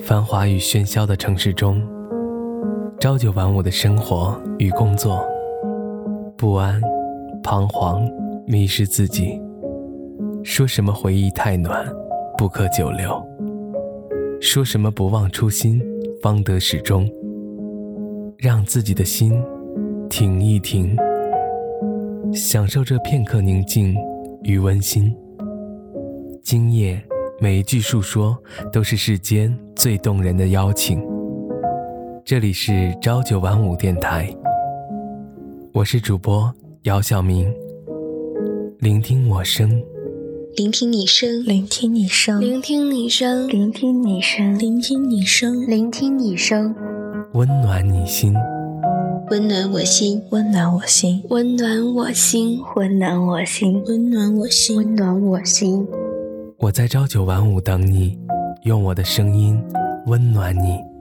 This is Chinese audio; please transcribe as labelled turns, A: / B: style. A: 繁华与喧嚣的城市中，朝九晚五的生活与工作，不安、彷徨、迷失自己。说什么回忆太暖，不可久留；说什么不忘初心，方得始终。让自己的心停一停，享受这片刻宁静与温馨。今夜每一句述说，都是世间最动人的邀请。这里是朝九晚五电台，我是主播姚晓明，聆听我声。
B: 聆听你声，
C: 聆听你声，
D: 聆听你声，
C: 聆听你声，
E: 聆听你声，
F: 聆听你声，
A: 温暖你心，
B: 温暖我心，
C: 温暖我心，
D: 温暖我心，
F: 温暖我心，
E: 温暖我心，
F: 温暖我心。
A: 我在朝九晚五等你，用我的声音温暖你。